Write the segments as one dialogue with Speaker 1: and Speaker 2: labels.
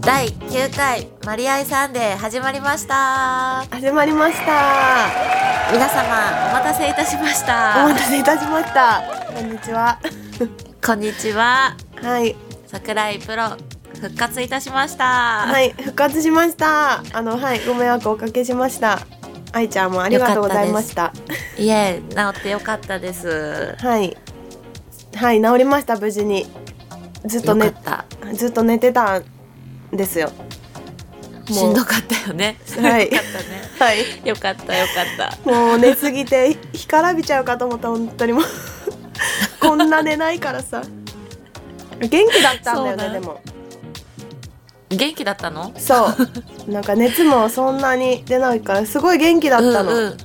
Speaker 1: 第9回マリアイサンデー始まりました
Speaker 2: 始まりました
Speaker 1: 皆様お待たせいたしまし
Speaker 2: お
Speaker 1: た
Speaker 2: 待たせいたしましたこんにちは
Speaker 1: こんにちは
Speaker 2: はい
Speaker 1: 桜井プロ復活いたしました、
Speaker 2: はい復活しましたあのはいご迷惑をおかけしました愛ちゃんもありがとうございました
Speaker 1: い、え治ってよかったです
Speaker 2: はいはい治りました無事にずっと
Speaker 1: よかっ
Speaker 2: ね
Speaker 1: た
Speaker 2: ずっと寝てたんですよ
Speaker 1: しんどかったよね
Speaker 2: は
Speaker 1: よか
Speaker 2: い
Speaker 1: ったね
Speaker 2: はい
Speaker 1: よかったよかった
Speaker 2: もう寝すぎて干からびちゃうかと思った本当 にもうこんな寝ないからさ元気だったんだよ
Speaker 1: そうだ
Speaker 2: ねでも
Speaker 1: 元気だったの
Speaker 2: そうなんか熱もそんなに出ないからすごい元気だったの、
Speaker 1: うん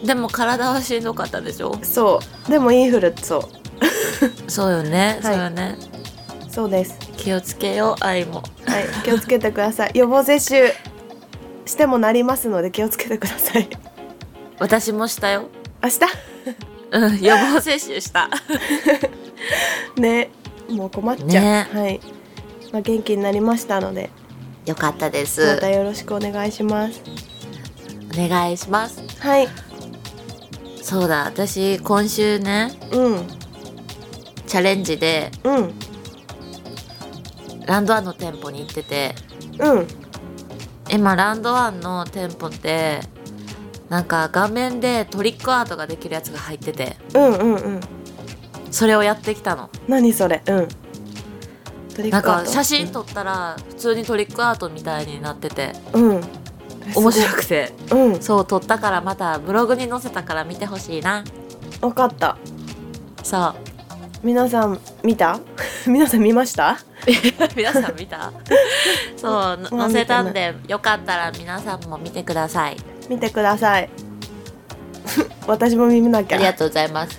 Speaker 1: うん、でも体はしんどかったでしょ
Speaker 2: そうでもインフルそ
Speaker 1: そうよね、
Speaker 2: い
Speaker 1: そうよね
Speaker 2: うそうです
Speaker 1: 気をつけよう愛も
Speaker 2: はい気をつけてください予防接種してもなりますので気をつけてください
Speaker 1: 私もしたよ
Speaker 2: 明
Speaker 1: うん予防接種した
Speaker 2: 日ねもう困っちゃう、
Speaker 1: ね
Speaker 2: はい、まあ、元気になりましたので
Speaker 1: よかったで
Speaker 2: ますたよろしくお願いします
Speaker 1: お願いします
Speaker 2: はい
Speaker 1: そうだ私今週ね
Speaker 2: うん
Speaker 1: チャレンジで
Speaker 2: うん
Speaker 1: ランドワンの店舗に行ってて
Speaker 2: うん
Speaker 1: 今ランドワンの店舗ってなんか画面でトリックアートができるやつが入ってて
Speaker 2: うんうんうん
Speaker 1: それをやってきたの
Speaker 2: 何それうんトリック
Speaker 1: な
Speaker 2: ア
Speaker 1: ん
Speaker 2: ー
Speaker 1: か
Speaker 2: ト
Speaker 1: 写真撮ったら普通にトリックアートみたいになってて
Speaker 2: うん
Speaker 1: 面白くて
Speaker 2: うん
Speaker 1: そう撮ったからまたブログに載せたから見てほしいな
Speaker 2: 分かった
Speaker 1: そう
Speaker 2: 皆さん見た 皆さん見ました
Speaker 1: 皆さん見た そうの載せたんでよかったら皆さんも見てください
Speaker 2: 見てください 私も見なき
Speaker 1: ありが
Speaker 2: ゃ
Speaker 1: とうございます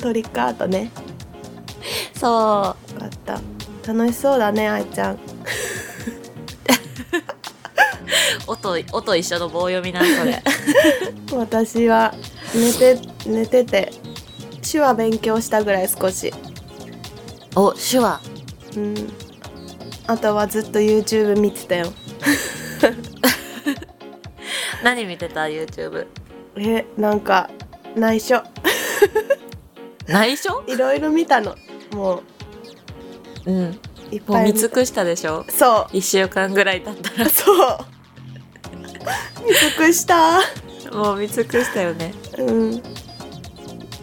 Speaker 2: トリックアートね
Speaker 1: そ
Speaker 2: よかった楽しそうだね愛ちゃん
Speaker 1: う音音一緒の棒読みなそれ
Speaker 2: 私は寝て寝てて手話勉強したぐらい少し
Speaker 1: お手話
Speaker 2: うんあとはずっと YouTube 見てたよ
Speaker 1: 何見てた YouTube
Speaker 2: えなんか内緒
Speaker 1: 内緒
Speaker 2: いろいろ見たのも
Speaker 1: うん
Speaker 2: ういっ
Speaker 1: もう
Speaker 2: ぱい
Speaker 1: 見
Speaker 2: た
Speaker 1: 尽くしたでしょ
Speaker 2: そ
Speaker 1: 1週間ぐらい経っ
Speaker 2: うそう 見尽くした
Speaker 1: たらもう見尽くしたよね
Speaker 2: うん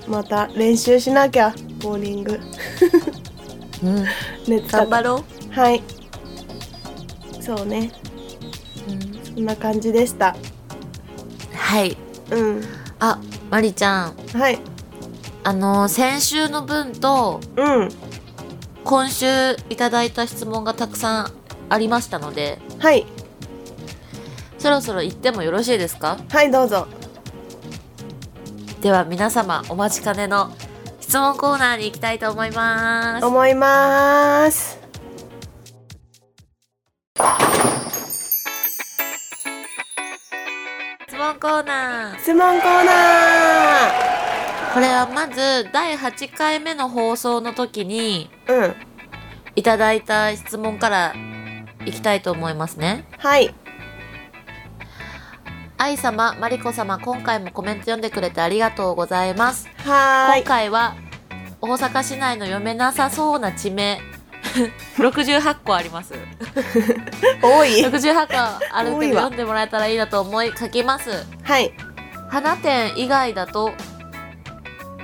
Speaker 2: また練習しなきゃボーリング
Speaker 1: うん
Speaker 2: 熱
Speaker 1: 頑張ろ
Speaker 2: はいそうね
Speaker 1: う、
Speaker 2: そんな感じでした
Speaker 1: はい
Speaker 2: うん
Speaker 1: あまりちゃん
Speaker 2: はい
Speaker 1: あの先週の分と
Speaker 2: うん
Speaker 1: 今週いただいた質問がたくさんありましたので
Speaker 2: はい
Speaker 1: そろそろ行ってもよろしいですか
Speaker 2: はいどうぞ
Speaker 1: では皆様お待ちかねの質問コーナーに行きたいと思います
Speaker 2: 思います
Speaker 1: 質問コーナー
Speaker 2: 質問コーナ
Speaker 1: これはまず第8回目の放送の時に
Speaker 2: ーうん
Speaker 1: いただいた質問からいきたいと思いますね
Speaker 2: はい
Speaker 1: 愛様マリコ様今回もコメント読んでくれてありがとうございます
Speaker 2: は
Speaker 1: 今
Speaker 2: ーい
Speaker 1: 回は大阪市内の読めなさそうな地名 68個あります
Speaker 2: 多い
Speaker 1: 68個ある
Speaker 2: 多
Speaker 1: け
Speaker 2: い
Speaker 1: ど
Speaker 2: わ
Speaker 1: 読んでもらえたらいいなと思い書きます
Speaker 2: はい
Speaker 1: 花店以外だと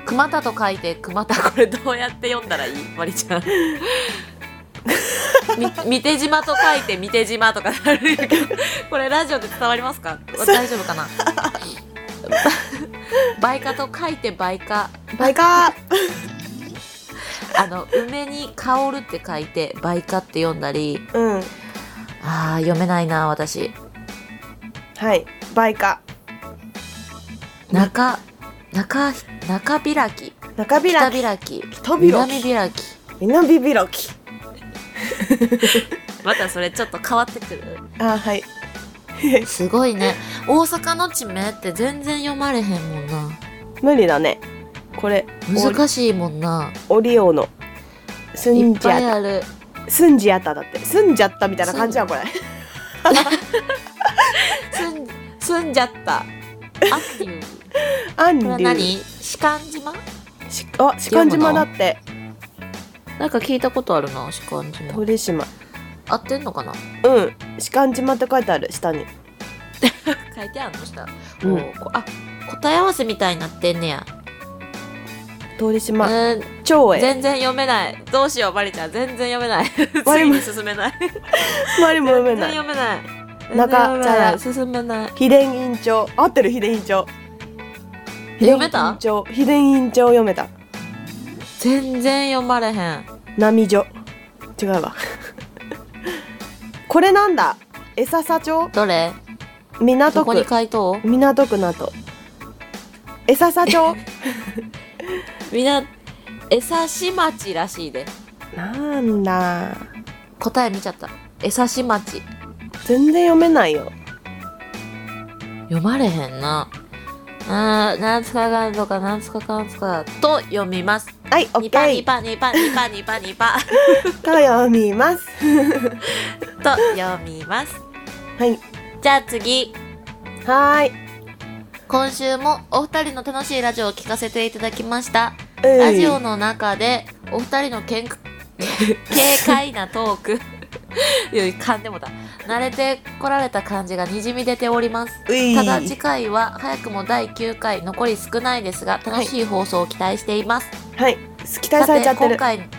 Speaker 1: 熊田と書いて熊田これどうやって読んだらいいまりちゃんみ三手島と書いて三手島とかなるけどこれラジオで伝わりますか大丈夫かな梅花と書いて梅花
Speaker 2: バイカー
Speaker 1: あの梅に香るって書いて梅花って読んだり
Speaker 2: うん
Speaker 1: あー読めないな私
Speaker 2: はいバイカ
Speaker 1: 中中中開き
Speaker 2: 中びら
Speaker 1: 北
Speaker 2: き
Speaker 1: 開き
Speaker 2: 北開き
Speaker 1: 南開き
Speaker 2: 南びらき
Speaker 1: またそれちょっと変わってくる
Speaker 2: あはい
Speaker 1: すごいね大阪の地名って全然読まれへんもんな
Speaker 2: 無理だねこれ
Speaker 1: 難しいもんな
Speaker 2: オリオのス
Speaker 1: い
Speaker 2: ン
Speaker 1: っ
Speaker 2: ジ
Speaker 1: ぱい
Speaker 2: ャ
Speaker 1: ある
Speaker 2: すんじやっただってすんじゃったみたいな感じやんこれ
Speaker 1: すんすんじゃったあきゅう
Speaker 2: アンリ
Speaker 1: これは
Speaker 2: ュ
Speaker 1: 何士官島
Speaker 2: ウしあ志貫島だって
Speaker 1: なんか聞いたことあるな士官島
Speaker 2: 鳥島
Speaker 1: 合ってんのかな
Speaker 2: うん志貫島って書いてある下に
Speaker 1: 書いてあるのしたら、
Speaker 2: うん
Speaker 1: おーこあ答え合わせみたいになってんねや、
Speaker 2: 鳥島
Speaker 1: えー
Speaker 2: 長英
Speaker 1: 全然読めないどうしようバリちゃん全然読めない
Speaker 2: バリ
Speaker 1: 次
Speaker 2: も
Speaker 1: に進めない
Speaker 2: 周りも読めな
Speaker 1: 全然
Speaker 2: い
Speaker 1: 読めない
Speaker 2: 中茶屋
Speaker 1: 全然読めない進めない
Speaker 2: 秘伝院長合ってる秘伝院長
Speaker 1: 読めた
Speaker 2: 秘伝院長秘伝院長読めた
Speaker 1: 全然読まれへん
Speaker 2: 波女違うわ これなんだ江笹町
Speaker 1: どれ
Speaker 2: 港
Speaker 1: どこに
Speaker 2: 区
Speaker 1: 回答
Speaker 2: 港区など江笹 町
Speaker 1: みんな江差し町らしいで
Speaker 2: なんだ
Speaker 1: 答え見ちゃった江差し町
Speaker 2: 全然読めないよ
Speaker 1: 読まれへんなあーなんつかがんとかなんつかかんつかと読みます
Speaker 2: はいオッ
Speaker 1: ニ
Speaker 2: ケ
Speaker 1: パ
Speaker 2: ー
Speaker 1: ニパニパニパニパニパ
Speaker 2: と読みます
Speaker 1: と読みます
Speaker 2: はい
Speaker 1: じゃあ次
Speaker 2: は
Speaker 1: 今週もお二人の楽しいラジオを聞かせていただきました
Speaker 2: ーい
Speaker 1: ラジオ
Speaker 2: の
Speaker 1: の中でお二人のけん軽快なトーク いや噛んでもだ慣れてこられた感じがにじみ出ております
Speaker 2: うい
Speaker 1: ただ次回は早くも第9回残り少ないですが楽しい放送を期待しています、
Speaker 2: はい期待されちゃって
Speaker 1: 今
Speaker 2: るは
Speaker 1: 回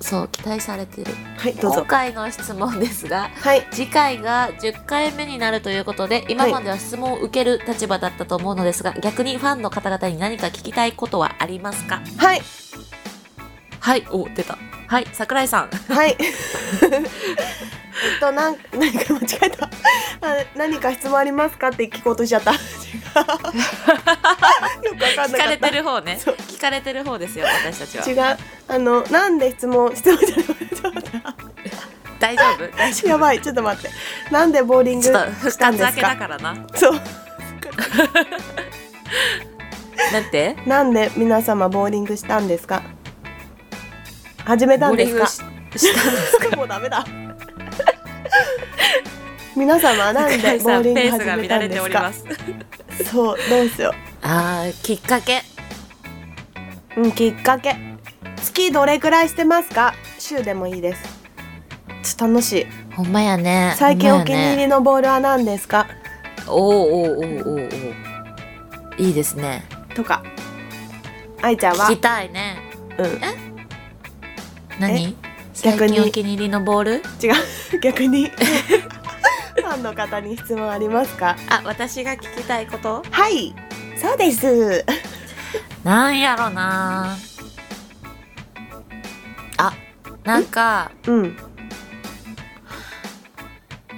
Speaker 1: そう期待されてる
Speaker 2: いど
Speaker 1: 今
Speaker 2: うぞ
Speaker 1: 回の質問ですが
Speaker 2: はい
Speaker 1: 次回が10回目になるということで今までは質問を受ける立場だったと思うのですが、逆にファンの方々に何か聞きたいことはありますか
Speaker 2: はい
Speaker 1: はいお出たはい桜井 さん
Speaker 2: はい えっとなん何か間違えたあ何か質問ありますかって聞こうとしち ゃった違うよくわ
Speaker 1: 聞
Speaker 2: かんなか
Speaker 1: か
Speaker 2: った
Speaker 1: れてる方ね
Speaker 2: そう
Speaker 1: 聞かれてる方ですよ私たちは
Speaker 2: 違うあのなんで質問質問じゃないちょっと待っ
Speaker 1: 大丈夫大
Speaker 2: て
Speaker 1: 丈
Speaker 2: やばいちょっと待ってなんでボーリン
Speaker 1: 夫
Speaker 2: グ
Speaker 1: ちょっと2
Speaker 2: し
Speaker 1: つ
Speaker 2: たんで
Speaker 1: 開
Speaker 2: す
Speaker 1: けた
Speaker 2: か
Speaker 1: からななん
Speaker 2: そう
Speaker 1: て
Speaker 2: なんで皆様ボーリングしたんですか始めたんですか
Speaker 1: ボーリングししたんですか
Speaker 2: もうダメだ。皆様なんでボーリング
Speaker 1: ペース
Speaker 2: 始
Speaker 1: が
Speaker 2: めた
Speaker 1: 乱れ
Speaker 2: んで
Speaker 1: てお
Speaker 2: す
Speaker 1: り
Speaker 2: か
Speaker 1: ま。す
Speaker 2: そうどうしよ
Speaker 1: あーきっかけ
Speaker 2: う。うんきっかけ。月どれくらいしてますか。週でもいいです。ちょっと楽しい。
Speaker 1: ほんまやね
Speaker 2: 最近
Speaker 1: ほん
Speaker 2: お
Speaker 1: ま
Speaker 2: 気に
Speaker 1: やね
Speaker 2: 入りのボールは何ですか。
Speaker 1: おーおーおーおーおーいいですね
Speaker 2: とか。愛ちゃんは
Speaker 1: 聞き。たいね
Speaker 2: うん
Speaker 1: 何最
Speaker 2: 逆に
Speaker 1: 近お気に入りのボール
Speaker 2: 違う逆に。 ファンの方に質問ありますか。
Speaker 1: あ私が聞きたいこと
Speaker 2: はい。そうです。
Speaker 1: なんやろなあなんか
Speaker 2: うん。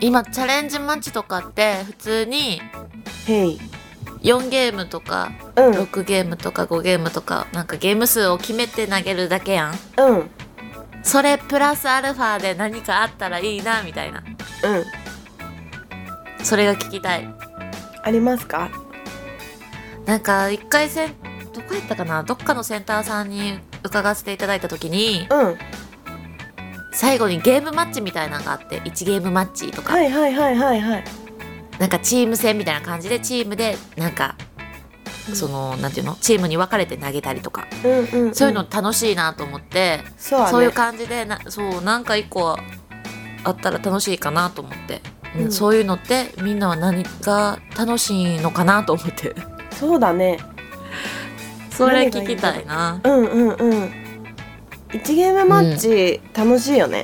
Speaker 1: 今チャレンジマッチとかって普通に
Speaker 2: へい。
Speaker 1: 4ゲームとか
Speaker 2: うん。うん。
Speaker 1: 6ゲームとか5ゲームとかなんかゲーム数を決めて投げるだけやん
Speaker 2: うん。
Speaker 1: それプラスアルファで何かあったらいいなみたいなそれが聞きたい
Speaker 2: ありますか。
Speaker 1: なんか一回せんどこやったかなどっかのセンターさんに伺わせていただいた時に
Speaker 2: うん。
Speaker 1: 最後にゲームマッチみたいなのがあって1ゲームマッチとか、
Speaker 2: はいはいはいはいはい。
Speaker 1: なんかチーム戦みたいな感じでチームでなんか
Speaker 2: うん
Speaker 1: そのなんていうのチームに分かれて投げたりとか
Speaker 2: うんうん、
Speaker 1: そういうの、楽しいなと思って、
Speaker 2: そうだね、
Speaker 1: そういう感じでなそうなんか一個あったら楽しいかなと思って、うん
Speaker 2: うん
Speaker 1: そういうのってみんなは何が楽しいのかなと思って
Speaker 2: そうだね。
Speaker 1: それ聞きたいな。
Speaker 2: うんうんうん。一ゲームマッチ、楽しいよね。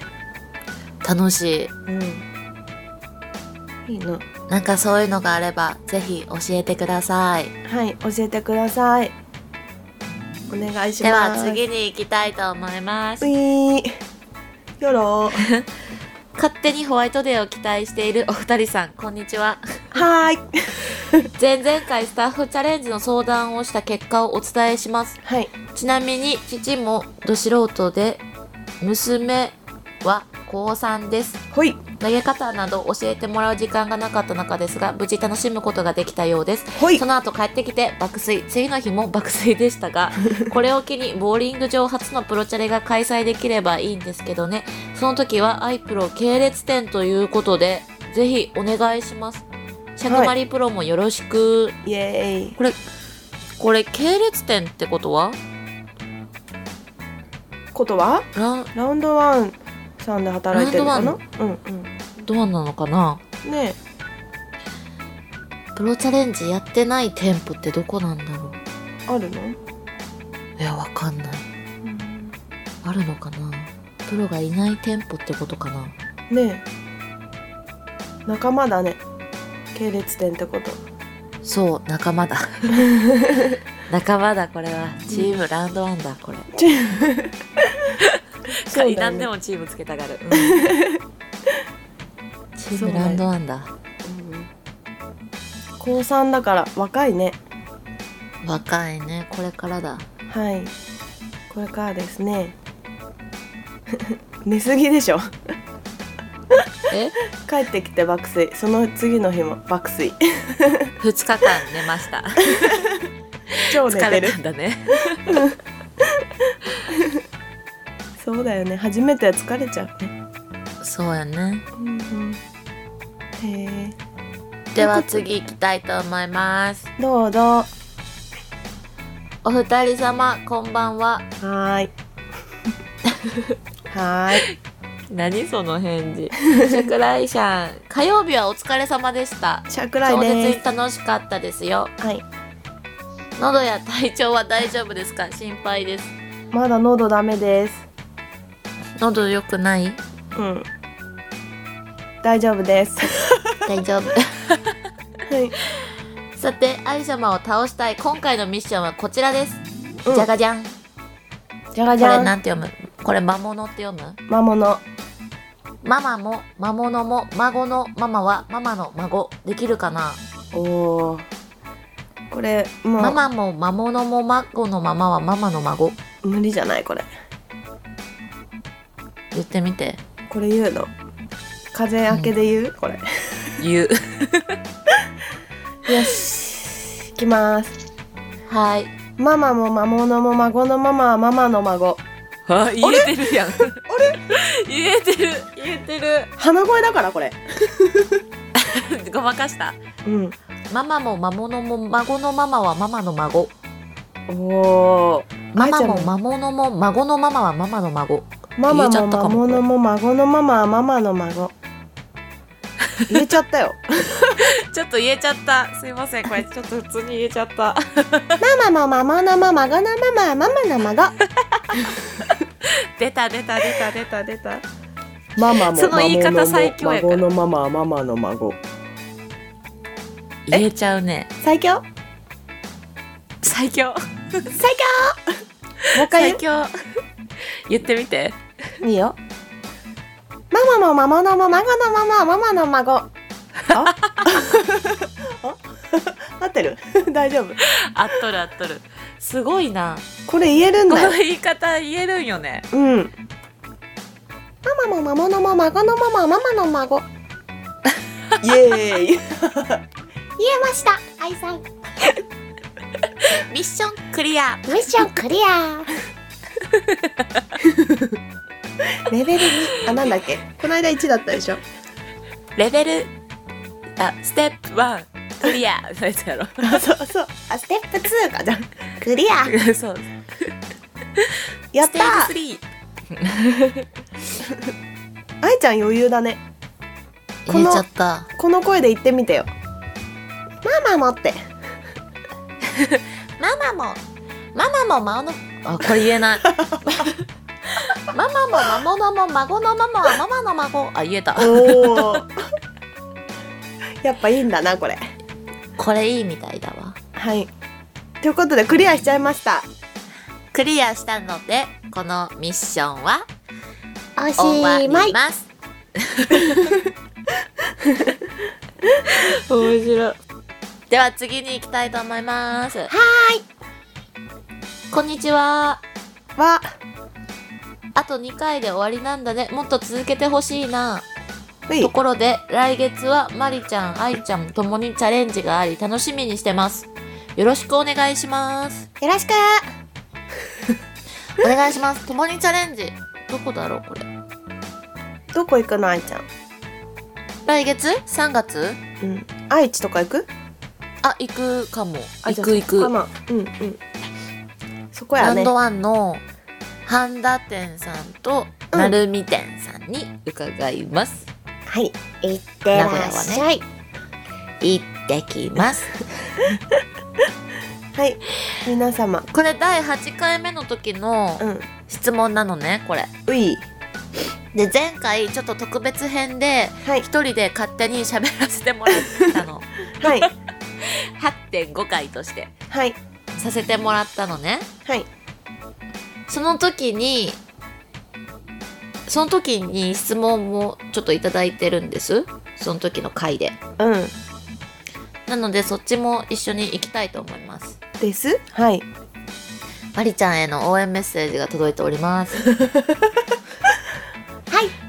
Speaker 1: 楽しい
Speaker 2: うん。いいな。
Speaker 1: なんかそういうのがあればぜひ教えてください
Speaker 2: はい、教えてください。お願いし
Speaker 1: で
Speaker 2: ま
Speaker 1: は
Speaker 2: す。
Speaker 1: 次に行きたいと思いま
Speaker 2: う
Speaker 1: す
Speaker 2: いー。よろ。
Speaker 1: 勝手にホワイトデーを期待しているお二人さんこんにちは
Speaker 2: はーい。
Speaker 1: 前々回スタッフチャレンジの相談をした結果をお伝えします
Speaker 2: はい。
Speaker 1: ちなみに父もど素人で娘は高3です
Speaker 2: ほい。
Speaker 1: 投げ方など教えてもらう時間がなかった中ですが無事楽しむことができたようです
Speaker 2: ほい
Speaker 1: その後帰ってきて爆睡次の日も爆睡でしたがこれを機にボーリング場初のプロチャレが開催できればいいんですけどねその時はアイプロ系列店ということでぜひお願いしますシャグマリプロもよろしく、
Speaker 2: イエーイ
Speaker 1: これこれ系列店ってことは
Speaker 2: ことは
Speaker 1: ラン
Speaker 2: ラウンドワンさんで働いてるのか
Speaker 1: ラ
Speaker 2: な
Speaker 1: ウ
Speaker 2: うんう
Speaker 1: どうなのかなん
Speaker 2: ね
Speaker 1: プロチャレンジやってない店舗ってどこなんだろ
Speaker 2: えあるの、
Speaker 1: ういやわかんないあるのかなプロがいない店舗ってことかな
Speaker 2: ねえ仲間だね系列店ってこと
Speaker 1: そう仲 間だ仲間だこれはチームラウンドワンだこれ
Speaker 2: そうだね
Speaker 1: 何でもチームつけたがる、 チー
Speaker 2: そう
Speaker 1: ム
Speaker 2: だよ
Speaker 1: ラウンドワンだ
Speaker 2: うん高三だから若いね
Speaker 1: 若いねこれからだ
Speaker 2: はいこれからですね 寝すぎでしょ
Speaker 1: え
Speaker 2: 帰ってきて爆睡その次の日も爆 睡
Speaker 1: 2日間寝ました
Speaker 2: 超寝
Speaker 1: 疲
Speaker 2: て
Speaker 1: れ
Speaker 2: る
Speaker 1: たんだね
Speaker 2: そうだよね初めては疲れちゃうね、
Speaker 1: そうやね
Speaker 2: へえ
Speaker 1: では次行きたいと思います
Speaker 2: どうぞは
Speaker 1: お二人様こんばんは
Speaker 2: ー いはーい
Speaker 1: 何その返事桜井さん火曜日はお疲れ様でした
Speaker 2: シャクラ
Speaker 1: 超
Speaker 2: イで
Speaker 1: 絶に
Speaker 2: す
Speaker 1: 楽しかったですよ
Speaker 2: はい
Speaker 1: 喉や体調は大丈夫ですか心配です
Speaker 2: まだ喉ダメです
Speaker 1: 喉良くない
Speaker 2: うん大丈夫です
Speaker 1: 大丈夫
Speaker 2: はい
Speaker 1: さて愛様を倒したい今回のミッションはこちらです、
Speaker 2: うん
Speaker 1: じゃがじゃんこ
Speaker 2: じゃが
Speaker 1: れ
Speaker 2: じゃん
Speaker 1: なんて読むこれ魔物って読む
Speaker 2: 魔物
Speaker 1: ママも魔物も孫のママはママの孫できるかな、
Speaker 2: おーこれもう
Speaker 1: ママも魔物も孫のママはママの孫
Speaker 2: 無理じゃないこれ
Speaker 1: 言ってみて
Speaker 2: これ言うの風明けで言う、これ
Speaker 1: 言う
Speaker 2: よし行きます
Speaker 1: はい
Speaker 2: ママも魔物も孫のママはママの孫
Speaker 1: あ言えてる やんあれ言えてる言えてる
Speaker 2: 鼻声だからこれ
Speaker 1: ごまかした
Speaker 2: うん
Speaker 1: ママも魔物も孫のママはママの孫
Speaker 2: おー
Speaker 1: ママも
Speaker 2: あいちゃん
Speaker 1: 魔物も孫のママはママの孫
Speaker 2: ママ
Speaker 1: 言えちゃ
Speaker 2: も
Speaker 1: った
Speaker 2: 魔
Speaker 1: かも
Speaker 2: 物も孫のママはママの孫言えちゃった よ
Speaker 1: ちょっと言えちゃったすいませんこれちょっと普通に言えちゃった
Speaker 2: ママも魔物も孫のママはママの孫
Speaker 1: 出た出た出た出た出た
Speaker 2: ママも
Speaker 1: その言い方
Speaker 2: 魔物も
Speaker 1: 最強やから
Speaker 2: 孫のママはママの孫
Speaker 1: 言えちゃうね
Speaker 2: 最強
Speaker 1: 最強
Speaker 2: 最強もう一回言
Speaker 1: 最強言ってみて
Speaker 2: ういいよママも魔物も孫のママはママの孫ああ 合ってる 大丈夫
Speaker 1: あっとるあっとるすごいな
Speaker 2: これ言えるん
Speaker 1: こ
Speaker 2: だ
Speaker 1: の
Speaker 2: よ
Speaker 1: 言い方言えるんよね
Speaker 2: うんママも魔物も 孫のママはママの孫 イエーイ言えました愛さん
Speaker 1: ミ
Speaker 2: ミ
Speaker 1: ッションクリア
Speaker 2: ッションクリアレベル2あなんだっけこの間1だったでしょ
Speaker 1: レベルあステップ1クリアそうやつやろ
Speaker 2: あそうそうあステップ2かじゃんクリア
Speaker 1: そう
Speaker 2: やった
Speaker 1: ステージ
Speaker 2: 愛ちゃん余裕だね
Speaker 1: 3
Speaker 2: この
Speaker 1: 言えちゃった
Speaker 2: この声で言ってみてよママもって
Speaker 1: ママもママも孫のあこれ言えない ママも魔物も孫のママはママの孫あ言えた
Speaker 2: おおやっぱいいんだなこれ
Speaker 1: これいいみたいだわ
Speaker 2: はいということでクリアしちゃいました
Speaker 1: クリアしたのでこのミッションは
Speaker 2: おし
Speaker 1: 終わります面白いでは次に行きたいと思いますはーいこんにちは
Speaker 2: は
Speaker 1: あと2回で終わりなんだねもっと続けてほしいな
Speaker 2: はい
Speaker 1: ところで来月はまりちゃん、あいちゃんともにチャレンジがあり楽しみにしてます。よろしくお願いします。
Speaker 2: よろしく
Speaker 1: お願いします。ともにチャレンジ。どこだろうこれ。
Speaker 2: どこ行くの愛ちゃん
Speaker 1: 来月 ?3 月
Speaker 2: うん愛知とか行く
Speaker 1: あ、行くかも。
Speaker 2: あ
Speaker 1: 行く行
Speaker 2: じゃ
Speaker 1: く。
Speaker 2: あそこかなうんうんそこ
Speaker 1: ラ
Speaker 2: や
Speaker 1: ン
Speaker 2: ね
Speaker 1: ドワンの半田店さんと
Speaker 2: うん
Speaker 1: 鳴海店さんに伺います。
Speaker 2: はい行ってらっしゃい、
Speaker 1: 行ってきます。
Speaker 2: はい皆様
Speaker 1: これ第8回目の時の
Speaker 2: うん
Speaker 1: 質問なのね、これ。
Speaker 2: うい
Speaker 1: で前回ちょっと特別編で
Speaker 2: はい
Speaker 1: 一人で勝手に喋らせてもらった の
Speaker 2: はい
Speaker 1: 8.5回として
Speaker 2: はい
Speaker 1: させてもらったのね
Speaker 2: はい
Speaker 1: その時にその時に質問もちょっといただいてるんですその時の回で
Speaker 2: うん
Speaker 1: なのでそっちも一緒に行きたいと思います
Speaker 2: ですはい
Speaker 1: まりちゃんへの応援メッセージが届いておりますはい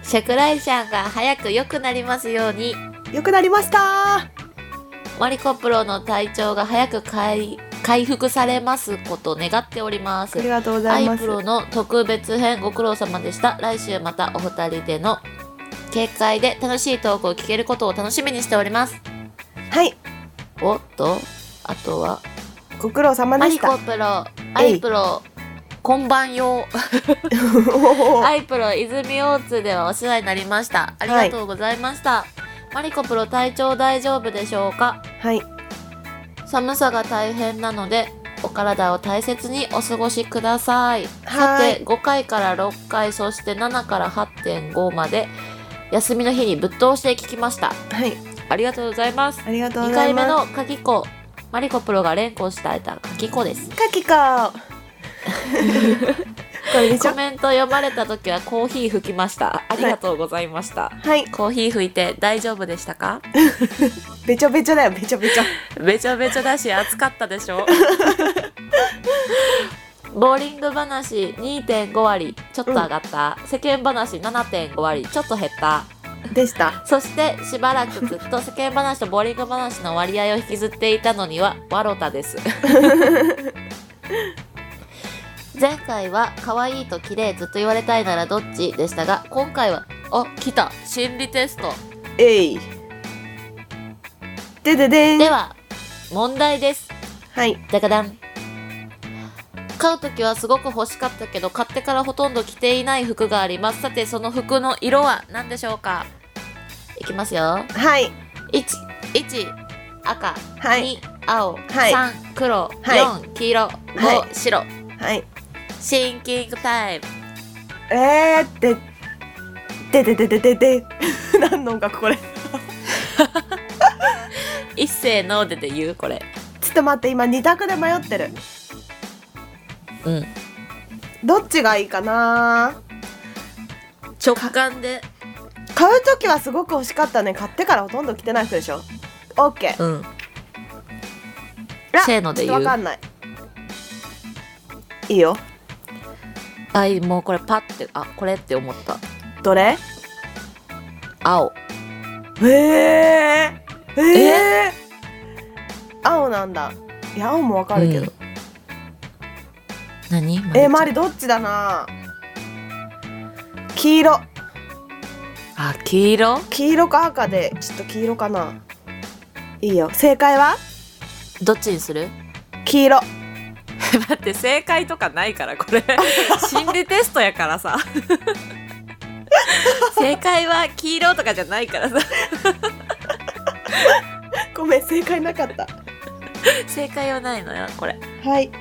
Speaker 1: シャクライシャンが早く良くなりますように
Speaker 2: よくなりました
Speaker 1: マリコプロの体調が早く回回復されますことを願っております
Speaker 2: あり。がとうござ
Speaker 1: ア
Speaker 2: いま
Speaker 1: イ
Speaker 2: す
Speaker 1: プロの特別編ご苦労様でした。来週またお二人での警戒で楽しいトークを聞けることを楽しみにしております。
Speaker 2: はい
Speaker 1: おっと、あとは、
Speaker 2: ご苦労様
Speaker 1: マ
Speaker 2: で
Speaker 1: リ
Speaker 2: し
Speaker 1: コ
Speaker 2: た
Speaker 1: プロ、ア
Speaker 2: えい
Speaker 1: イプロ、こんばんよう。
Speaker 2: おー
Speaker 1: アイプロ泉大津ではお世話になりました。ありがとうございました。マリコプロ体調大丈夫でしょうか
Speaker 2: はい
Speaker 1: 寒さが大変なのでお体を大切にお過ごしくださいさ
Speaker 2: はい
Speaker 1: て5回から6回そして7から8.5まで休みの日にぶっ通して聞きました
Speaker 2: はい
Speaker 1: ありがとうございます
Speaker 2: ありがとうご
Speaker 1: 2
Speaker 2: ざ
Speaker 1: 回
Speaker 2: い
Speaker 1: 目
Speaker 2: ま
Speaker 1: のカキコマリコプロが連呼してあえたカキコです
Speaker 2: すかきかこれでしょ
Speaker 1: コメント読まれた時はコーヒー吹きましたありがとうございました、
Speaker 2: はい
Speaker 1: コーヒー吹いて大丈夫でしたか
Speaker 2: べちょべちょだよべちょべちょ
Speaker 1: べちょべちょだし暑かったでし ょボーリング話2.5割ちょっと上がった、世間話7.5割ちょっと減った
Speaker 2: でした
Speaker 1: そしてしばらくずっと世間話とボーリング話の割合を引きずっていたのにはわろたです 前回は可愛いと綺麗ずっと言われたいならどっちでしたが今回はあ来た心理テスト
Speaker 2: えいでででん
Speaker 1: では問題です
Speaker 2: はい
Speaker 1: ダカダン買う時はすごく欲しかったけど買ってからほとんど着ていない服がありますさてその服の色は何でしょうかいきますよ
Speaker 2: はい
Speaker 1: 11赤、
Speaker 2: はい
Speaker 1: 2青、
Speaker 2: はい
Speaker 1: 3黒、
Speaker 2: はい
Speaker 1: 4黄色5、
Speaker 2: は
Speaker 1: 白
Speaker 2: はい
Speaker 1: シンキングタイム
Speaker 2: えー、ででででででで 何の音楽これ
Speaker 1: 一斉のでで言うこれ
Speaker 2: ちょっと待って今二択で迷ってる
Speaker 1: うん
Speaker 2: どっちがいいかな
Speaker 1: 直感で
Speaker 2: 買う時はすごく欲しかったね買ってからほとんど着てない服でしょオッケー
Speaker 1: うん
Speaker 2: ら
Speaker 1: せーので言う
Speaker 2: ちょっとわかんないいいよ
Speaker 1: あいもうこれパッてあこれって思った
Speaker 2: どれ
Speaker 1: 青
Speaker 2: へえー、えー、青なんだいや青もわかるけ
Speaker 1: う
Speaker 2: ど、
Speaker 1: ん何まりちゃ
Speaker 2: えー、
Speaker 1: ん
Speaker 2: マリどっちだな黄色
Speaker 1: あ黄色
Speaker 2: 黄色か赤でちょっと黄色かないいよ正解は
Speaker 1: どっちにする
Speaker 2: 黄色
Speaker 1: 待って正解とかないからこ れ心理テストやからさ正解は黄色とかじゃないからさ
Speaker 2: ごめん正解なかった
Speaker 1: 正解はないのよこれ
Speaker 2: はい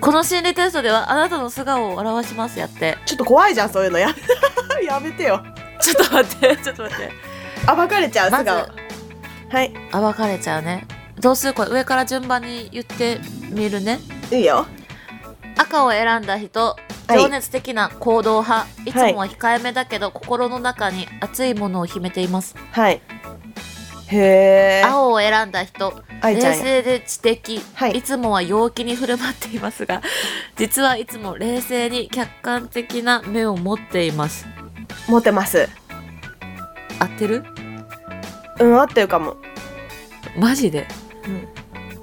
Speaker 1: この心理テストではあなたの素顔を表しますやって
Speaker 2: ちょっと怖いじゃんそういうのややめて よ
Speaker 1: ちょっと待ってちょっと待って
Speaker 2: 暴かれちゃう
Speaker 1: ま
Speaker 2: 素
Speaker 1: ず
Speaker 2: 顔、はい
Speaker 1: 暴かれちゃうねどうするこれ上から順番に言ってみるね
Speaker 2: いいよ
Speaker 1: 赤を選んだ人
Speaker 2: はい
Speaker 1: 情熱的な行動派、い、つも
Speaker 2: はい
Speaker 1: は控えめだけど心の中に熱いものを秘めています、
Speaker 2: はいへえ
Speaker 1: 青を選んだ人
Speaker 2: 愛
Speaker 1: 冷
Speaker 2: ちゃんや
Speaker 1: 静で知的、
Speaker 2: はい
Speaker 1: い、つもは陽気に振る舞っていますが実はいつも冷静に客観的な目を持っています
Speaker 2: モテます
Speaker 1: 合ってる
Speaker 2: うん合ってるかも
Speaker 1: マジで、
Speaker 2: うん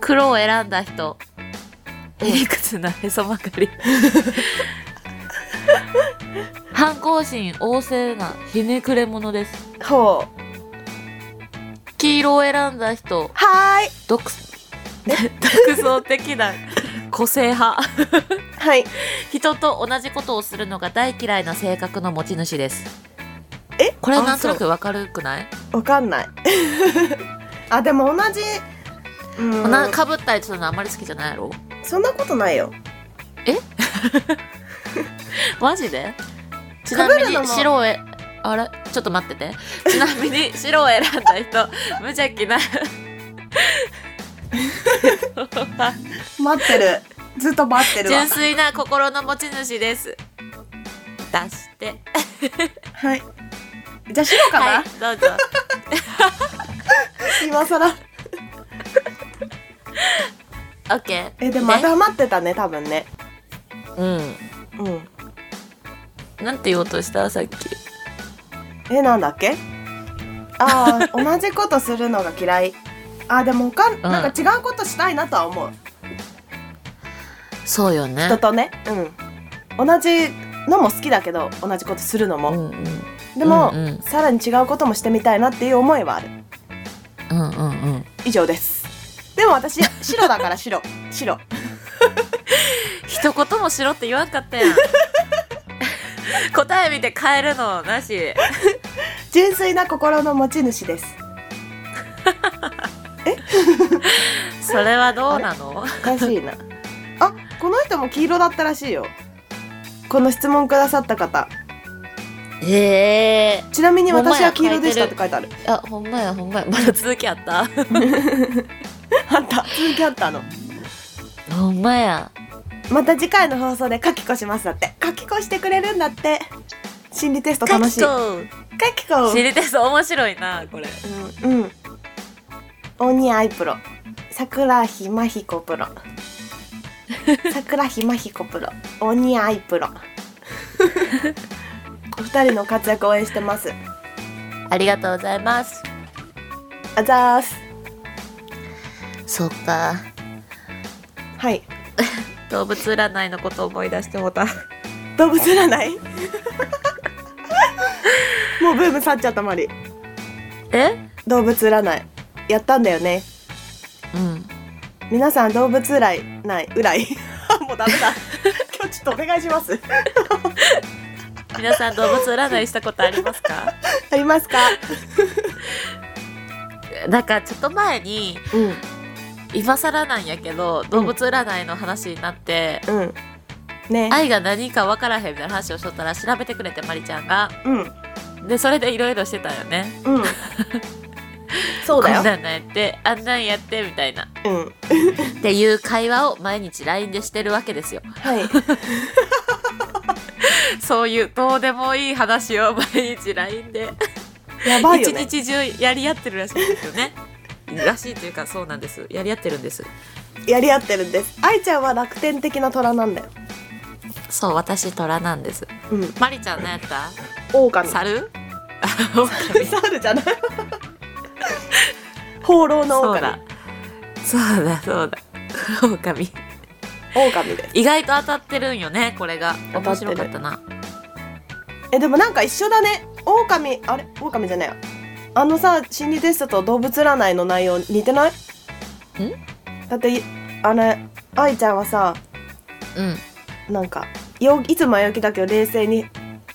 Speaker 1: 黒を選んだ人
Speaker 2: うん
Speaker 1: いくつなへそばかり反抗心旺盛なひねくれ者です
Speaker 2: ほう
Speaker 1: 黄色を選んだ人
Speaker 2: はーい
Speaker 1: 独 独創的な個性派
Speaker 2: はい
Speaker 1: 人と同じことをするのが大嫌いな性格の持ち主です
Speaker 2: え
Speaker 1: これはなんとな
Speaker 2: あ
Speaker 1: くわかるくない
Speaker 2: そうわかんない あでも同じうん
Speaker 1: なかぶったりするのあんまり好きじゃないやろ
Speaker 2: そんなことないよ
Speaker 1: マジでち
Speaker 2: 被
Speaker 1: なみ
Speaker 2: るの
Speaker 1: に
Speaker 2: も
Speaker 1: 白をえあれちょっと待って てちなみに白を選んだ人無邪気 な
Speaker 2: 待ってるずっと待ってるわ
Speaker 1: 純粋な心の持ち主です出して
Speaker 2: はいじゃあ白かな、
Speaker 1: はいどうぞ
Speaker 2: 今更
Speaker 1: OK
Speaker 2: えでもまた待ってたね多分ね
Speaker 1: う
Speaker 2: うん
Speaker 1: んなんて言おうとしたさっき
Speaker 2: えなんだっけあ ー同じことするのが嫌いあーでも他、なんか違うことしたいなとは思う
Speaker 1: そうよね
Speaker 2: 人とねうん同じのも好きだけど同じことするの
Speaker 1: う
Speaker 2: も、
Speaker 1: んうん
Speaker 2: でも、
Speaker 1: うんうん
Speaker 2: さらに違うこともしてみたいなっていう思いはある
Speaker 1: うんうんうん
Speaker 2: 以上ですでも私白だか ら白白
Speaker 1: 一言もしろって言わんかった やん答え見て変えるのなし
Speaker 2: 純粋な心の持ち主です
Speaker 1: それはどうなの
Speaker 2: おかしいなあこの人も黄色だったらしいよこの質問くださった方
Speaker 1: へえ
Speaker 2: ちなみに私は黄
Speaker 1: ほんまや
Speaker 2: 色でしたって書いてある
Speaker 1: あほんまやほんまやまだ続きあった
Speaker 2: あった続きあったの
Speaker 1: ほんまや
Speaker 2: また次回の放送で書き越しますだって書き越してくれるんだって心理テスト楽しい書き越
Speaker 1: 知りテスト面白いなこれ
Speaker 2: うんうん鬼アイプロ桜ひまひこ プロ桜ひまひこプロ鬼アイプロお二人の活躍応援してます
Speaker 1: ありがとうございます
Speaker 2: あざーす
Speaker 1: そっか
Speaker 2: はい
Speaker 1: 動物占いのこと思い出してもた
Speaker 2: 動物占 いもうブーム去っちゃったまり
Speaker 1: え
Speaker 2: 動物占いやったんだよね
Speaker 1: うん
Speaker 2: 皆さん動物占いない占い もうダメ だ今日ちょっとお願いします
Speaker 1: 皆さん動物占いしたことありますか
Speaker 2: ありますか
Speaker 1: なんかちょっと前に
Speaker 2: うん
Speaker 1: 今更なんやけど動物占いの話になって、
Speaker 2: うんね
Speaker 1: 愛が何か分からへんみたいな話をしとったら調べてくれてまりちゃんが
Speaker 2: うん
Speaker 1: でそれでいろいろしてたよね
Speaker 2: うんそうだ
Speaker 1: こん
Speaker 2: よ
Speaker 1: なんなんやってあんなんやってみたいな
Speaker 2: うん
Speaker 1: っていう会話を毎日 LINE でしてるわけですよ
Speaker 2: はい
Speaker 1: そういうどうでもいい話を毎日 LINE で
Speaker 2: やばいよ
Speaker 1: 一
Speaker 2: ね
Speaker 1: 日中やり合ってるらしいんですよねらしいというかそうなんですやり合ってるんです
Speaker 2: やり合ってるんです愛ちゃんは楽天的な虎なんだよ
Speaker 1: そう私虎なんです
Speaker 2: うん
Speaker 1: まりちゃん何やった
Speaker 2: 狼
Speaker 1: 猿
Speaker 2: 猿じゃない 放浪の
Speaker 1: そう
Speaker 2: 狼
Speaker 1: だそうだそうだ狼
Speaker 2: 狼です
Speaker 1: 意外と当たってるんよねこれが
Speaker 2: 当た
Speaker 1: 面
Speaker 2: ってる
Speaker 1: 白かったな
Speaker 2: えでもなんか一緒だね狼あれ狼じゃないよあのさ心理テストと動物占いの内容似てないんだっていあれ愛ちゃんはさ
Speaker 1: うん
Speaker 2: なんか陽いつもは陽気だけど冷静に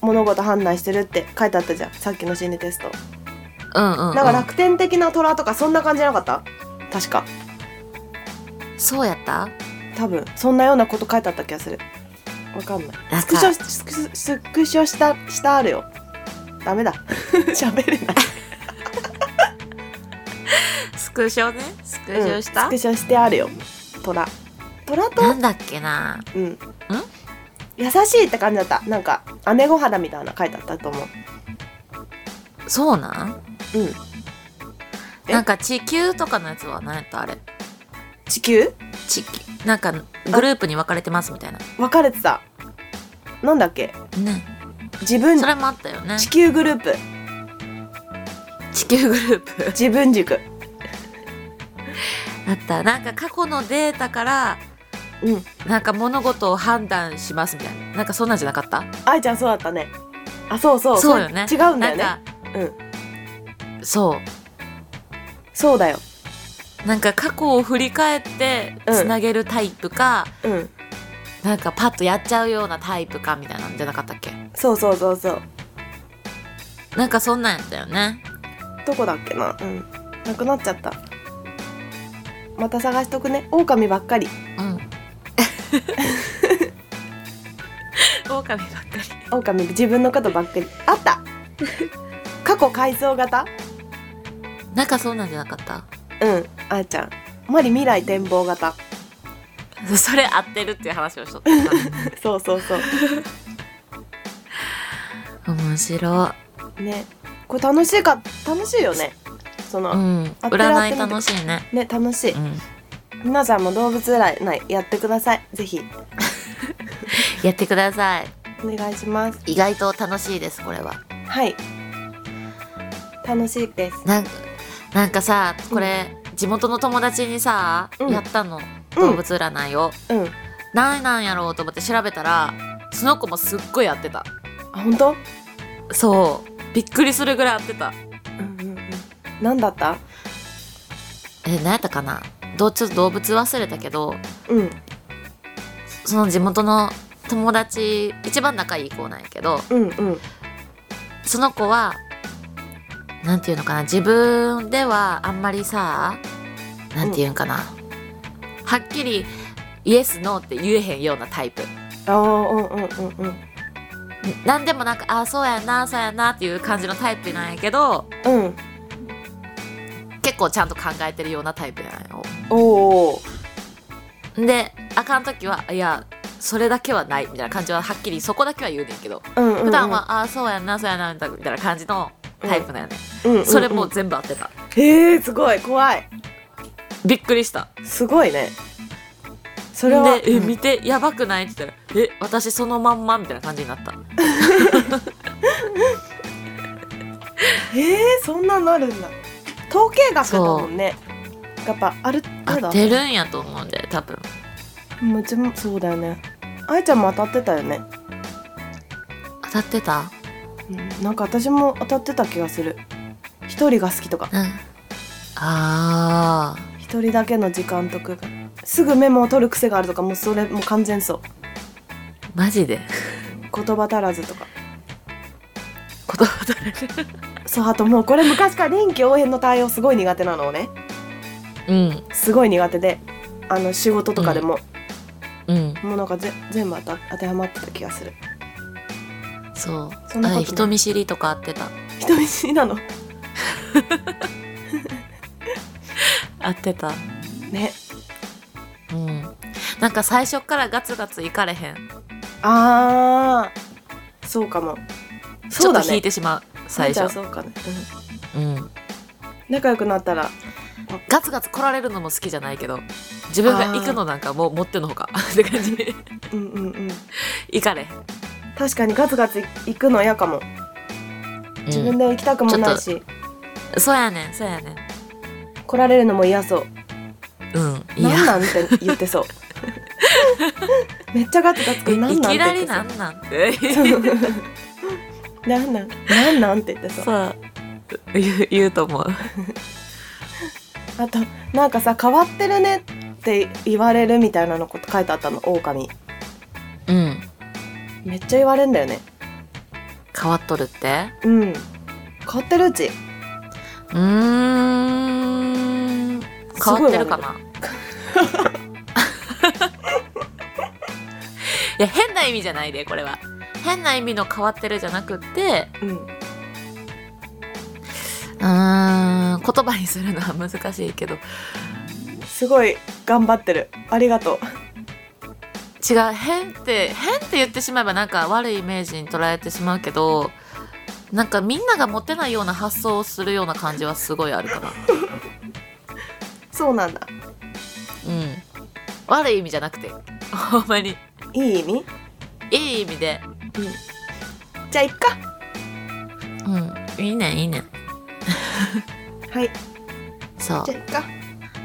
Speaker 2: 物事判断してるって書いてあったじゃんさっきの心理テスト
Speaker 1: うんうん、うん、
Speaker 2: なんか楽天的な虎とかそんな感じじゃなかった確か
Speaker 1: そうやった
Speaker 2: 多分そんなようなこと書いてあった気がするわかんない
Speaker 1: なん
Speaker 2: スク
Speaker 1: か
Speaker 2: ショスクススクショしたしたあるよダ メだ喋れない
Speaker 1: スクショねスクショした、
Speaker 2: うんスクショしてあるよ虎虎と
Speaker 1: なんだっけな
Speaker 2: うん優しいって感じだったなんか姉御肌みたいなの書いてあったと思う
Speaker 1: そうなん
Speaker 2: うんえ
Speaker 1: なんか地球とかのやつは何やったあれ
Speaker 2: 地球
Speaker 1: 地球なんかグループに分かれてますみたいな
Speaker 2: 分かれてたなんだっけ
Speaker 1: ね
Speaker 2: 自分
Speaker 1: それもあったよね
Speaker 2: 地球グループ
Speaker 1: 地球グルー プ
Speaker 2: 自分軸
Speaker 1: だったなんか過去のデータから
Speaker 2: うん
Speaker 1: なんか物事を判断しますみたいななんかそんなんじゃなかった
Speaker 2: 愛ちゃんそうだったねあそうそう
Speaker 1: そうよね
Speaker 2: 違うんだよね
Speaker 1: なん
Speaker 2: う
Speaker 1: か、そ
Speaker 2: そうだよ
Speaker 1: うなんか過去を振り返って
Speaker 2: うん
Speaker 1: つなげるタイプか、
Speaker 2: うん
Speaker 1: なんかパッとやっちゃうようなタイプかみたいなんじゃなかったっけ
Speaker 2: そうそうそうそう
Speaker 1: なんかそんなんやったよね
Speaker 2: どこだっけなうんなくなっちゃったまた探しとくね狼ばっかり
Speaker 1: うん狼ばっかり
Speaker 2: 狼自分のことばっかりあった 過去回想型
Speaker 1: なんかそうなんじゃなかった
Speaker 2: うんあーちゃんマリ未来展望型
Speaker 1: それ合ってるっていう話をしとった。
Speaker 2: そうそうそう
Speaker 1: 面白
Speaker 2: ねこれ楽しいか楽しいよねそ
Speaker 1: い。
Speaker 2: の、
Speaker 1: うん。
Speaker 2: 合ってる合って
Speaker 1: 占
Speaker 2: る
Speaker 1: い楽しいね。
Speaker 2: ね楽しい
Speaker 1: うん。
Speaker 2: 皆さんも動物占いやってくださいぜひ
Speaker 1: やってください。
Speaker 2: お願いします
Speaker 1: 意外と楽しいです、これは。
Speaker 2: はい楽しいです
Speaker 1: なんなんかさ、これ、地元の友達にさ、
Speaker 2: うん
Speaker 1: やったの。
Speaker 2: うん
Speaker 1: 動物占いを。
Speaker 2: うん
Speaker 1: 何なんやろうと思って調べたら、その子もすっごいやってた。
Speaker 2: あ本当
Speaker 1: そう。びっくりするぐらい合ってた。
Speaker 2: うんうんうん何だった
Speaker 1: え、何やったかなどちょっと動物忘れたけど、
Speaker 2: うん
Speaker 1: その地元の友達、一番仲いい子なんやけど、
Speaker 2: うんうん
Speaker 1: その子は、なんていうのかな、自分ではあんまりさ、なんていうんかな、はっきりイエス、ノーって言えへんようなタイプ。
Speaker 2: あーうんうんうんうん
Speaker 1: なんでもなんか、あ、そうやな、そうやなっていう感じのタイプなんやけど、
Speaker 2: うん
Speaker 1: 結構ちゃんと考えてるようなタイプなんよ。
Speaker 2: おお
Speaker 1: で、あかん時は、いや、それだけはないみたいな感じははっきりそこだけは言うねんけど、
Speaker 2: うんうんうん
Speaker 1: 普段は、あ、そうやな、そうやな、みたいな感じのタイプなんよね。
Speaker 2: うんうんうん
Speaker 1: それもう全部合ってた。
Speaker 2: へえすごい怖い
Speaker 1: びっくりした。
Speaker 2: すごいねそ
Speaker 1: そ
Speaker 2: れは
Speaker 1: で、え、
Speaker 2: うん
Speaker 1: 見て、やばくないって言ったら、え、私そのまんまみたいな感じになった。
Speaker 2: へえそんなんなるんだ統計学だもんねやっぱある程
Speaker 1: 合
Speaker 2: 度
Speaker 1: ってるんやと思うんで、多分。
Speaker 2: もちろんそうだよね愛ちゃんも当たってたよね、
Speaker 1: 当たってた
Speaker 2: うん、なんか私も当たってた気がする一人が好きとか
Speaker 1: うん。あ
Speaker 2: 一人だけの時間とかがすぐメモを取る癖があるとかもうそれもう完全そう
Speaker 1: ー、マジで。
Speaker 2: 言葉足らずとか
Speaker 1: 言葉だらけ。
Speaker 2: そうあともうこれ昔から臨機応変の対応すごい苦手なのね
Speaker 1: うん、
Speaker 2: すごい苦手であの仕事とかでも、
Speaker 1: うん、
Speaker 2: もうなんかぜ全部当た当てはまってた気がする
Speaker 1: そう。
Speaker 2: そんな
Speaker 1: あ
Speaker 2: ことない
Speaker 1: 人見知りとか合ってた。
Speaker 2: 人見知りなの
Speaker 1: 合ってた。
Speaker 2: ね
Speaker 1: うん。なんか最初からガツガツいかれへん。
Speaker 2: あーそうかもそうだ
Speaker 1: ちょっと引い
Speaker 2: ね
Speaker 1: てしまう、最
Speaker 2: じゃあ
Speaker 1: 初。
Speaker 2: そうかね、うん
Speaker 1: うん。
Speaker 2: 仲良くなったら
Speaker 1: ガツガツ来られるのも好きじゃないけど、自分が行くのなんかもう持ってのほか。って感じ。
Speaker 2: うんうんうん
Speaker 1: 行かれへん。
Speaker 2: 確かにガツガツ行くの嫌かも自分で行きたくもないし、
Speaker 1: そうやねんそうやねん
Speaker 2: 来られるのも嫌そう
Speaker 1: うんい
Speaker 2: なん
Speaker 1: や
Speaker 2: なんって言って そうめっちゃガツガツく
Speaker 1: え
Speaker 2: るなん
Speaker 1: い
Speaker 2: な
Speaker 1: き
Speaker 2: んって
Speaker 1: な
Speaker 2: 言
Speaker 1: り
Speaker 2: って
Speaker 1: な
Speaker 2: そ
Speaker 1: んなんて
Speaker 2: う なんなんなんなんって言ってそう
Speaker 1: さ言う言うと思う
Speaker 2: あとなんかさ変わってるねって言われるみたいなのこと書いてあったの狼
Speaker 1: うん
Speaker 2: めっちゃ言われんだよね
Speaker 1: 変わっとるって
Speaker 2: うん変わってるうち
Speaker 1: うーん変わってるかな いや変な意味じゃないでこれは変な意味の変わってるじゃなくって
Speaker 2: うん
Speaker 1: うーん言葉にするのは難しいけど
Speaker 2: すごい頑張ってるありがと
Speaker 1: 違う変って変って言ってしまえばなんか悪いイメージに捉えてしまうけどなんかみんなが持てないような発想をするような感じはすごいあるかな
Speaker 2: うそうなんだ
Speaker 1: うん悪い意味じゃなくてほんまに
Speaker 2: いい意味
Speaker 1: いい意味で
Speaker 2: じゃあいっか
Speaker 1: うんいいねんいいねん
Speaker 2: はい。
Speaker 1: そ
Speaker 2: じゃあ、いっか。
Speaker 1: う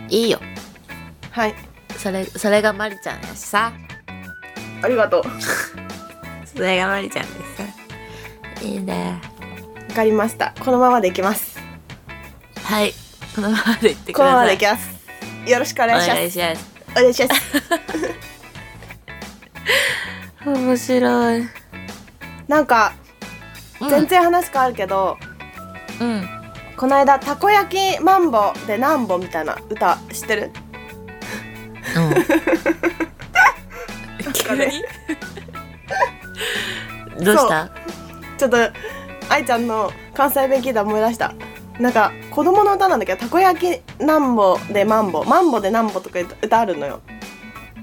Speaker 1: いいよ
Speaker 2: はい。
Speaker 1: それそれがまりちゃんやしさ
Speaker 2: ありがとう。
Speaker 1: それがまりちゃんでさいいね
Speaker 2: わかりました。このままでいきます。
Speaker 1: はいこのままでいってく
Speaker 2: この
Speaker 1: だ
Speaker 2: まま
Speaker 1: さ
Speaker 2: で
Speaker 1: い
Speaker 2: いきます。よろしくお願いし
Speaker 1: お
Speaker 2: ま
Speaker 1: 願い
Speaker 2: す。
Speaker 1: します
Speaker 2: お願いします。
Speaker 1: 面白い、うん、
Speaker 2: なんか、全然話変わるけど、
Speaker 1: うん
Speaker 2: この間、たこ焼きマンボでなんぼみたいな歌知ってる
Speaker 1: うん 急にどうした
Speaker 2: ちょっと愛ちゃんの関西弁聞いたら思い出したなんか子供の歌なんだけどたこ焼きなんぼでマンボマンボでなんぼとかいう歌あるのよ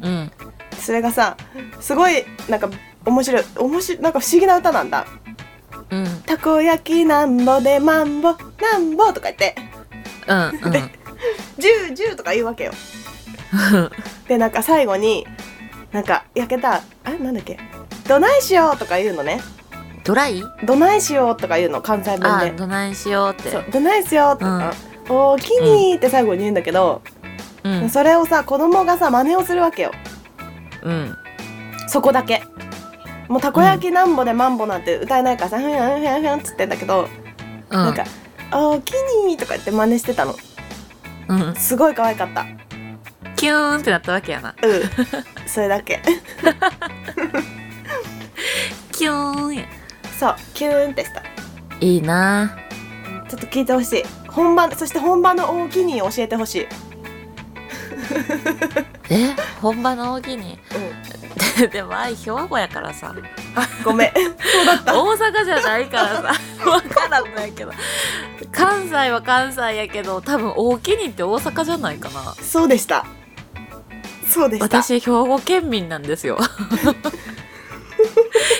Speaker 1: うん
Speaker 2: それがさすごいなんか面白い面白いなんか不思議な歌なんだ
Speaker 1: うんうん
Speaker 2: たこ焼きなんぼでマンボなんぼとか言って
Speaker 1: うん
Speaker 2: でジュージューとか言うわけよでなんか最後になんか焼けたあなんだっけどないしようとか言うのね
Speaker 1: ドライ
Speaker 2: どないしようとか言うの関西弁
Speaker 1: あ
Speaker 2: で
Speaker 1: どないしようって
Speaker 2: そう「どないっすよ」とか「おおきに」って最後に言うんだけど、
Speaker 1: うん
Speaker 2: それをさ子供がさ真似をするわけよ
Speaker 1: うん
Speaker 2: そこだけもうたこ焼きなんぼでマンボなんて歌えないからさ「ふんふんふんふん」っつってんだけど、
Speaker 1: うん
Speaker 2: なんか「おおきに」とか言って真似してたの
Speaker 1: うん
Speaker 2: すごい可愛かった
Speaker 1: キューンってなったわけやな
Speaker 2: うんそれだけ
Speaker 1: キューンや
Speaker 2: そうキューンってした
Speaker 1: いいな
Speaker 2: ちょっと聞いてほしい本番そして本番の「おおきに」を教えてほしい、
Speaker 1: え本場の大きに でも愛兵庫やからさ
Speaker 2: ご めんそうだった
Speaker 1: 大阪じゃないからさ 分からんのやけど関西は関西やけど多分大きにって大阪じゃないかな
Speaker 2: そうでしたそうでした
Speaker 1: 私兵庫県民なんです よ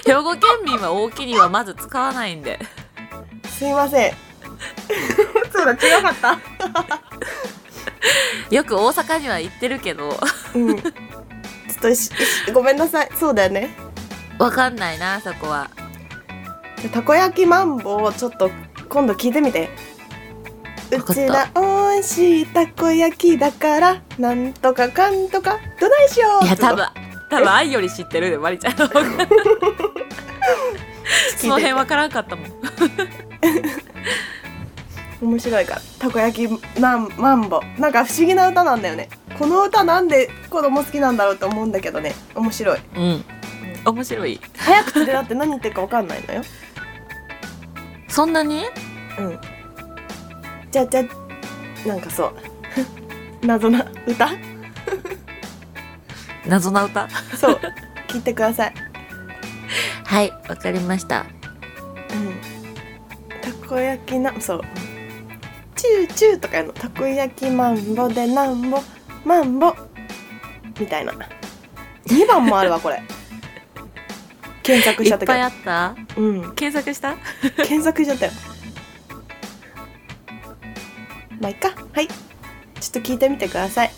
Speaker 1: 兵庫県民は大きにはまず使わないんです
Speaker 2: いません そうだ違かった
Speaker 1: よく大阪には行ってるけど
Speaker 2: うんちょっとししごめんなさいそうだよね
Speaker 1: 分かんないなそこは
Speaker 2: たこ焼きマンボをちょっと今度聞いてみて
Speaker 1: わか
Speaker 2: う
Speaker 1: った
Speaker 2: ちら美味しいたこ焼きだからなんとかかんとかどないしよう
Speaker 1: い
Speaker 2: い
Speaker 1: や多分多分愛より知ってるでまりちゃんの 方がその辺分からんかったもん
Speaker 2: 面白いからたこ焼きマンマンボなんか不思議な歌なんだよねこの歌なんで子供好きなんだろうと思うんだけどね面白い
Speaker 1: うん面白い
Speaker 2: 早く連れだって何言ってるかわかんないのよ
Speaker 1: そんなに
Speaker 2: うん。じゃじゃ、なんかそう。 謎な歌
Speaker 1: 謎な歌
Speaker 2: そう。聞いてください。
Speaker 1: はいわかりました
Speaker 2: うん。たこ焼きな、そう。チューチューとかやの。たこ焼きマンボでなんぼ、マンボ。みたいな。2番もあるわ、これ。検索
Speaker 1: い
Speaker 2: しちゃ
Speaker 1: っ
Speaker 2: った
Speaker 1: ぱいあ
Speaker 2: け
Speaker 1: った
Speaker 2: ど。うん。
Speaker 1: 検索した
Speaker 2: 検索しちゃったよ。まあ、いっか。はい。ちょっと聞いてみてください。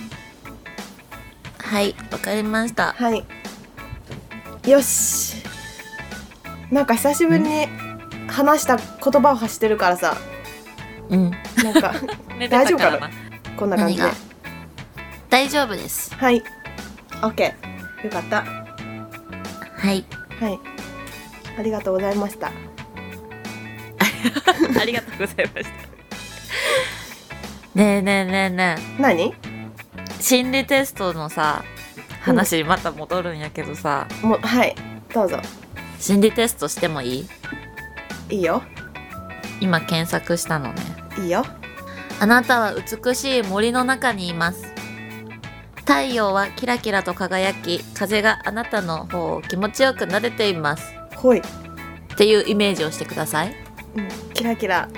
Speaker 1: はいわかりました
Speaker 2: はい。よし。なんか久しぶりに話した言葉を発してるからさ、
Speaker 1: うん
Speaker 2: なん か
Speaker 1: 寝て
Speaker 2: 大丈
Speaker 1: たか
Speaker 2: 夫からな
Speaker 1: な
Speaker 2: こんな感じで。
Speaker 1: 何大丈夫です
Speaker 2: はい。オッケー。よかった。は
Speaker 1: はい
Speaker 2: い。ありがとうございました。
Speaker 1: ありがとうございましたねえねえねえね
Speaker 2: 何？
Speaker 1: え心理テストのさ話にまた戻るんやけどさ、
Speaker 2: もうはい。どうぞ。
Speaker 1: 心理テストしてもいい
Speaker 2: いいよ。
Speaker 1: 今検索したのね
Speaker 2: いいよ。
Speaker 1: あなたは美しい森の中にいます。太陽はキラキラと輝き、風があなたの方を気持ちよく撫でています。
Speaker 2: ほい。
Speaker 1: っていうイメージをしてください。
Speaker 2: うん、キラキラ。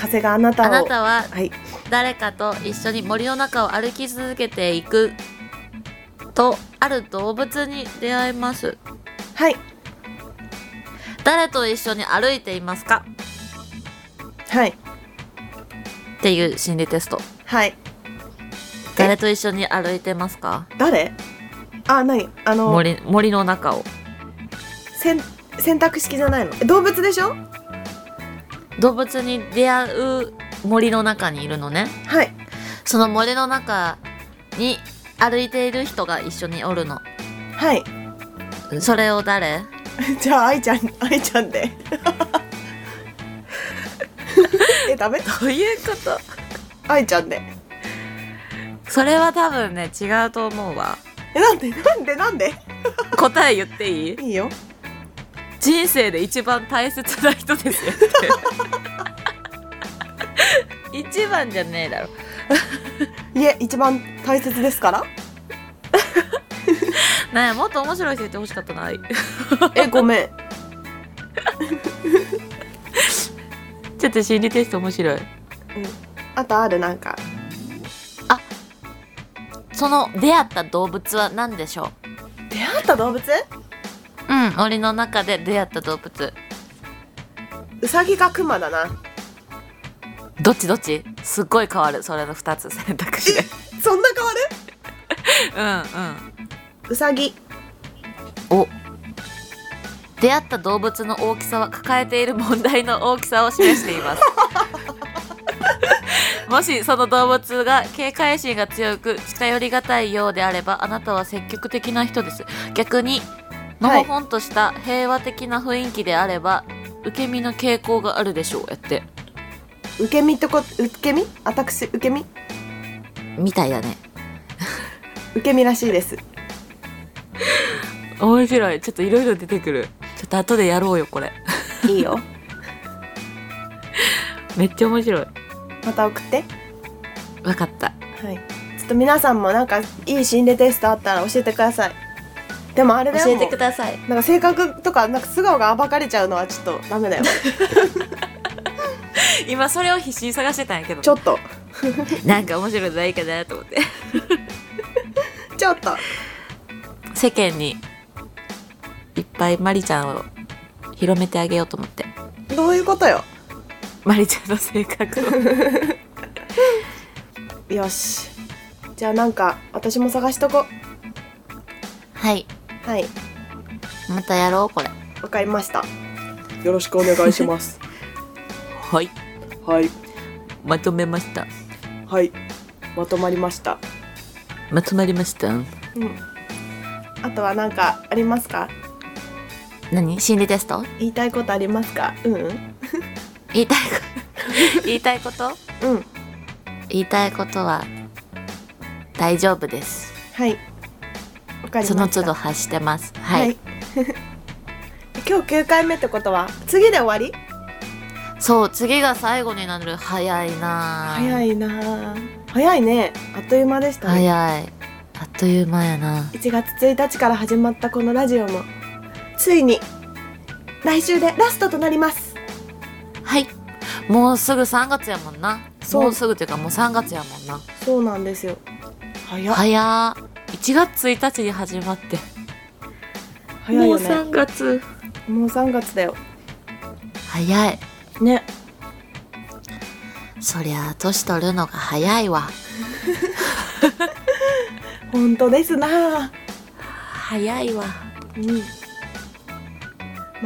Speaker 2: 風があなたを。
Speaker 1: あなたは
Speaker 2: はい。
Speaker 1: 誰かと一緒に森の中を歩き続けていくと、ある動物に出会います。
Speaker 2: はい。
Speaker 1: 誰と一緒に歩いていますか
Speaker 2: はい。
Speaker 1: っていう心理テスト。
Speaker 2: はい。
Speaker 1: 誰と一緒に歩いてますか
Speaker 2: 誰？あ、何？あの
Speaker 1: 森森の中を。
Speaker 2: 選選択式じゃないの。え動物でしょ？
Speaker 1: 動物に出会う森の中にいるのね
Speaker 2: はい
Speaker 1: その森の中に歩いている人が一緒におるの
Speaker 2: はい
Speaker 1: それを誰
Speaker 2: じゃあ愛ちゃん愛ちゃんで えダメ
Speaker 1: ということ
Speaker 2: 愛ちゃんで
Speaker 1: それは多分ね違うと思うわ
Speaker 2: えなんで なんでなんで
Speaker 1: 答え言っていい
Speaker 2: いいよ
Speaker 1: 人生で一番大切な人ですよって一番じゃねえだろ
Speaker 2: いえ一番大切ですから
Speaker 1: ねえもっと面白い人言ってほしかったな
Speaker 2: えごめん
Speaker 1: ちょっと心理テスト面白い
Speaker 2: あとあるなんか
Speaker 1: その出会った動物は何でしょ
Speaker 2: 出会った動物
Speaker 1: ううん森の中で出会った動物
Speaker 2: ウサギかクマだな
Speaker 1: どっちどっちすっごい変わるそれの2つ選択肢で
Speaker 2: そんな変わる
Speaker 1: うんうん
Speaker 2: ウサギ
Speaker 1: お出会った動物の大きさは抱えている問題の大きさを示してい ますもしその動物が警戒心が強く近寄りがたいようであればあなたは積極的な人です逆にのほほんとした平和的な雰囲気であれば、受け身の傾向があるでしょうやって
Speaker 2: 受け身ってこ受け身私受け身
Speaker 1: みたいだね
Speaker 2: 受け身らしいです
Speaker 1: 面白いちょっといろいろ出てくるちょっと後でやろうよこれ
Speaker 2: いいよ
Speaker 1: めっちゃ面白い
Speaker 2: また送って
Speaker 1: わかった
Speaker 2: はいちょっと皆さんもなんかいい心理テストあったら教えてくださいでもあれだよ
Speaker 1: 教えてく
Speaker 2: も
Speaker 1: ださいう
Speaker 2: なんか性格とかなんか素顔が暴かれちゃうのはちょっとダメだよ
Speaker 1: 今それを必死に探してたんやけど
Speaker 2: ちょっと
Speaker 1: なんか面白いのないかなと思って
Speaker 2: ちょっと
Speaker 1: 世間にいっぱいマリちゃんを広めてあげようと思って
Speaker 2: どういうことよ
Speaker 1: マリちゃんの性格を
Speaker 2: よしじゃあなんか私も探しとこ
Speaker 1: はい
Speaker 2: はい
Speaker 1: またやろうこれ
Speaker 2: わかりましたよろしくお願いします
Speaker 1: はい
Speaker 2: はい
Speaker 1: まとめました
Speaker 2: はいまとまりました
Speaker 1: まとまりました
Speaker 2: うんあとはなんかありますか
Speaker 1: 何心理テスト
Speaker 2: 言いたいことありますかうんうん
Speaker 1: 言いたいこと 言いたいこと
Speaker 2: うん
Speaker 1: 言いたいことは大丈夫です
Speaker 2: はいわかりました
Speaker 1: その都度発してますはい、
Speaker 2: 今日9回目ってことは次で終わり
Speaker 1: そう次が最後になる早いなあ
Speaker 2: 早いなあ早いねあっという間でしたね
Speaker 1: 早いあっという間やな
Speaker 2: 1月1日から始まったこのラジオもついに来週でラストとなります
Speaker 1: はいもうすぐ3月やもんな
Speaker 2: そう
Speaker 1: もうすぐっていうかもう3月やもんな
Speaker 2: そうなんですよ早っ
Speaker 1: 早ー1月1日に始まって、
Speaker 2: 早いよねも
Speaker 1: 月
Speaker 2: う3月だよ
Speaker 1: 早い
Speaker 2: ね
Speaker 1: そりゃあ年取るのが早いわ
Speaker 2: 本当ですなあ
Speaker 1: 早いわ
Speaker 2: うん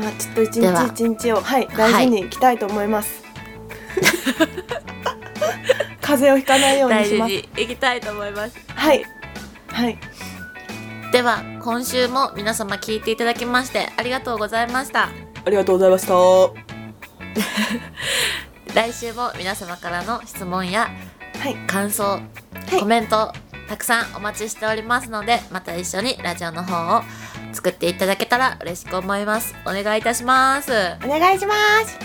Speaker 2: まあちょっと一
Speaker 1: では
Speaker 2: 日一日をはい大事にいきたいと思い ます、風邪をひかないように
Speaker 1: 大
Speaker 2: し
Speaker 1: 事
Speaker 2: ます
Speaker 1: にいきたいと思います
Speaker 2: はいはい
Speaker 1: では今週も皆様聞いていただきましてありがとうございました
Speaker 2: ありがとうございました。は
Speaker 1: 来週も皆様からの質問や
Speaker 2: い、
Speaker 1: 感想、コメントたくさんお待ちしておりますのでまた一緒にラジオの方を作っていただけたら嬉しく思いますお願いいたします
Speaker 2: お願いします。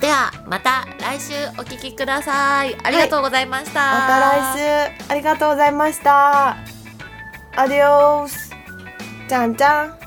Speaker 1: ではまた来週お聞きくださいありがとうございました、
Speaker 2: また来週ありがとうございました。アディオス。じゃんじゃん。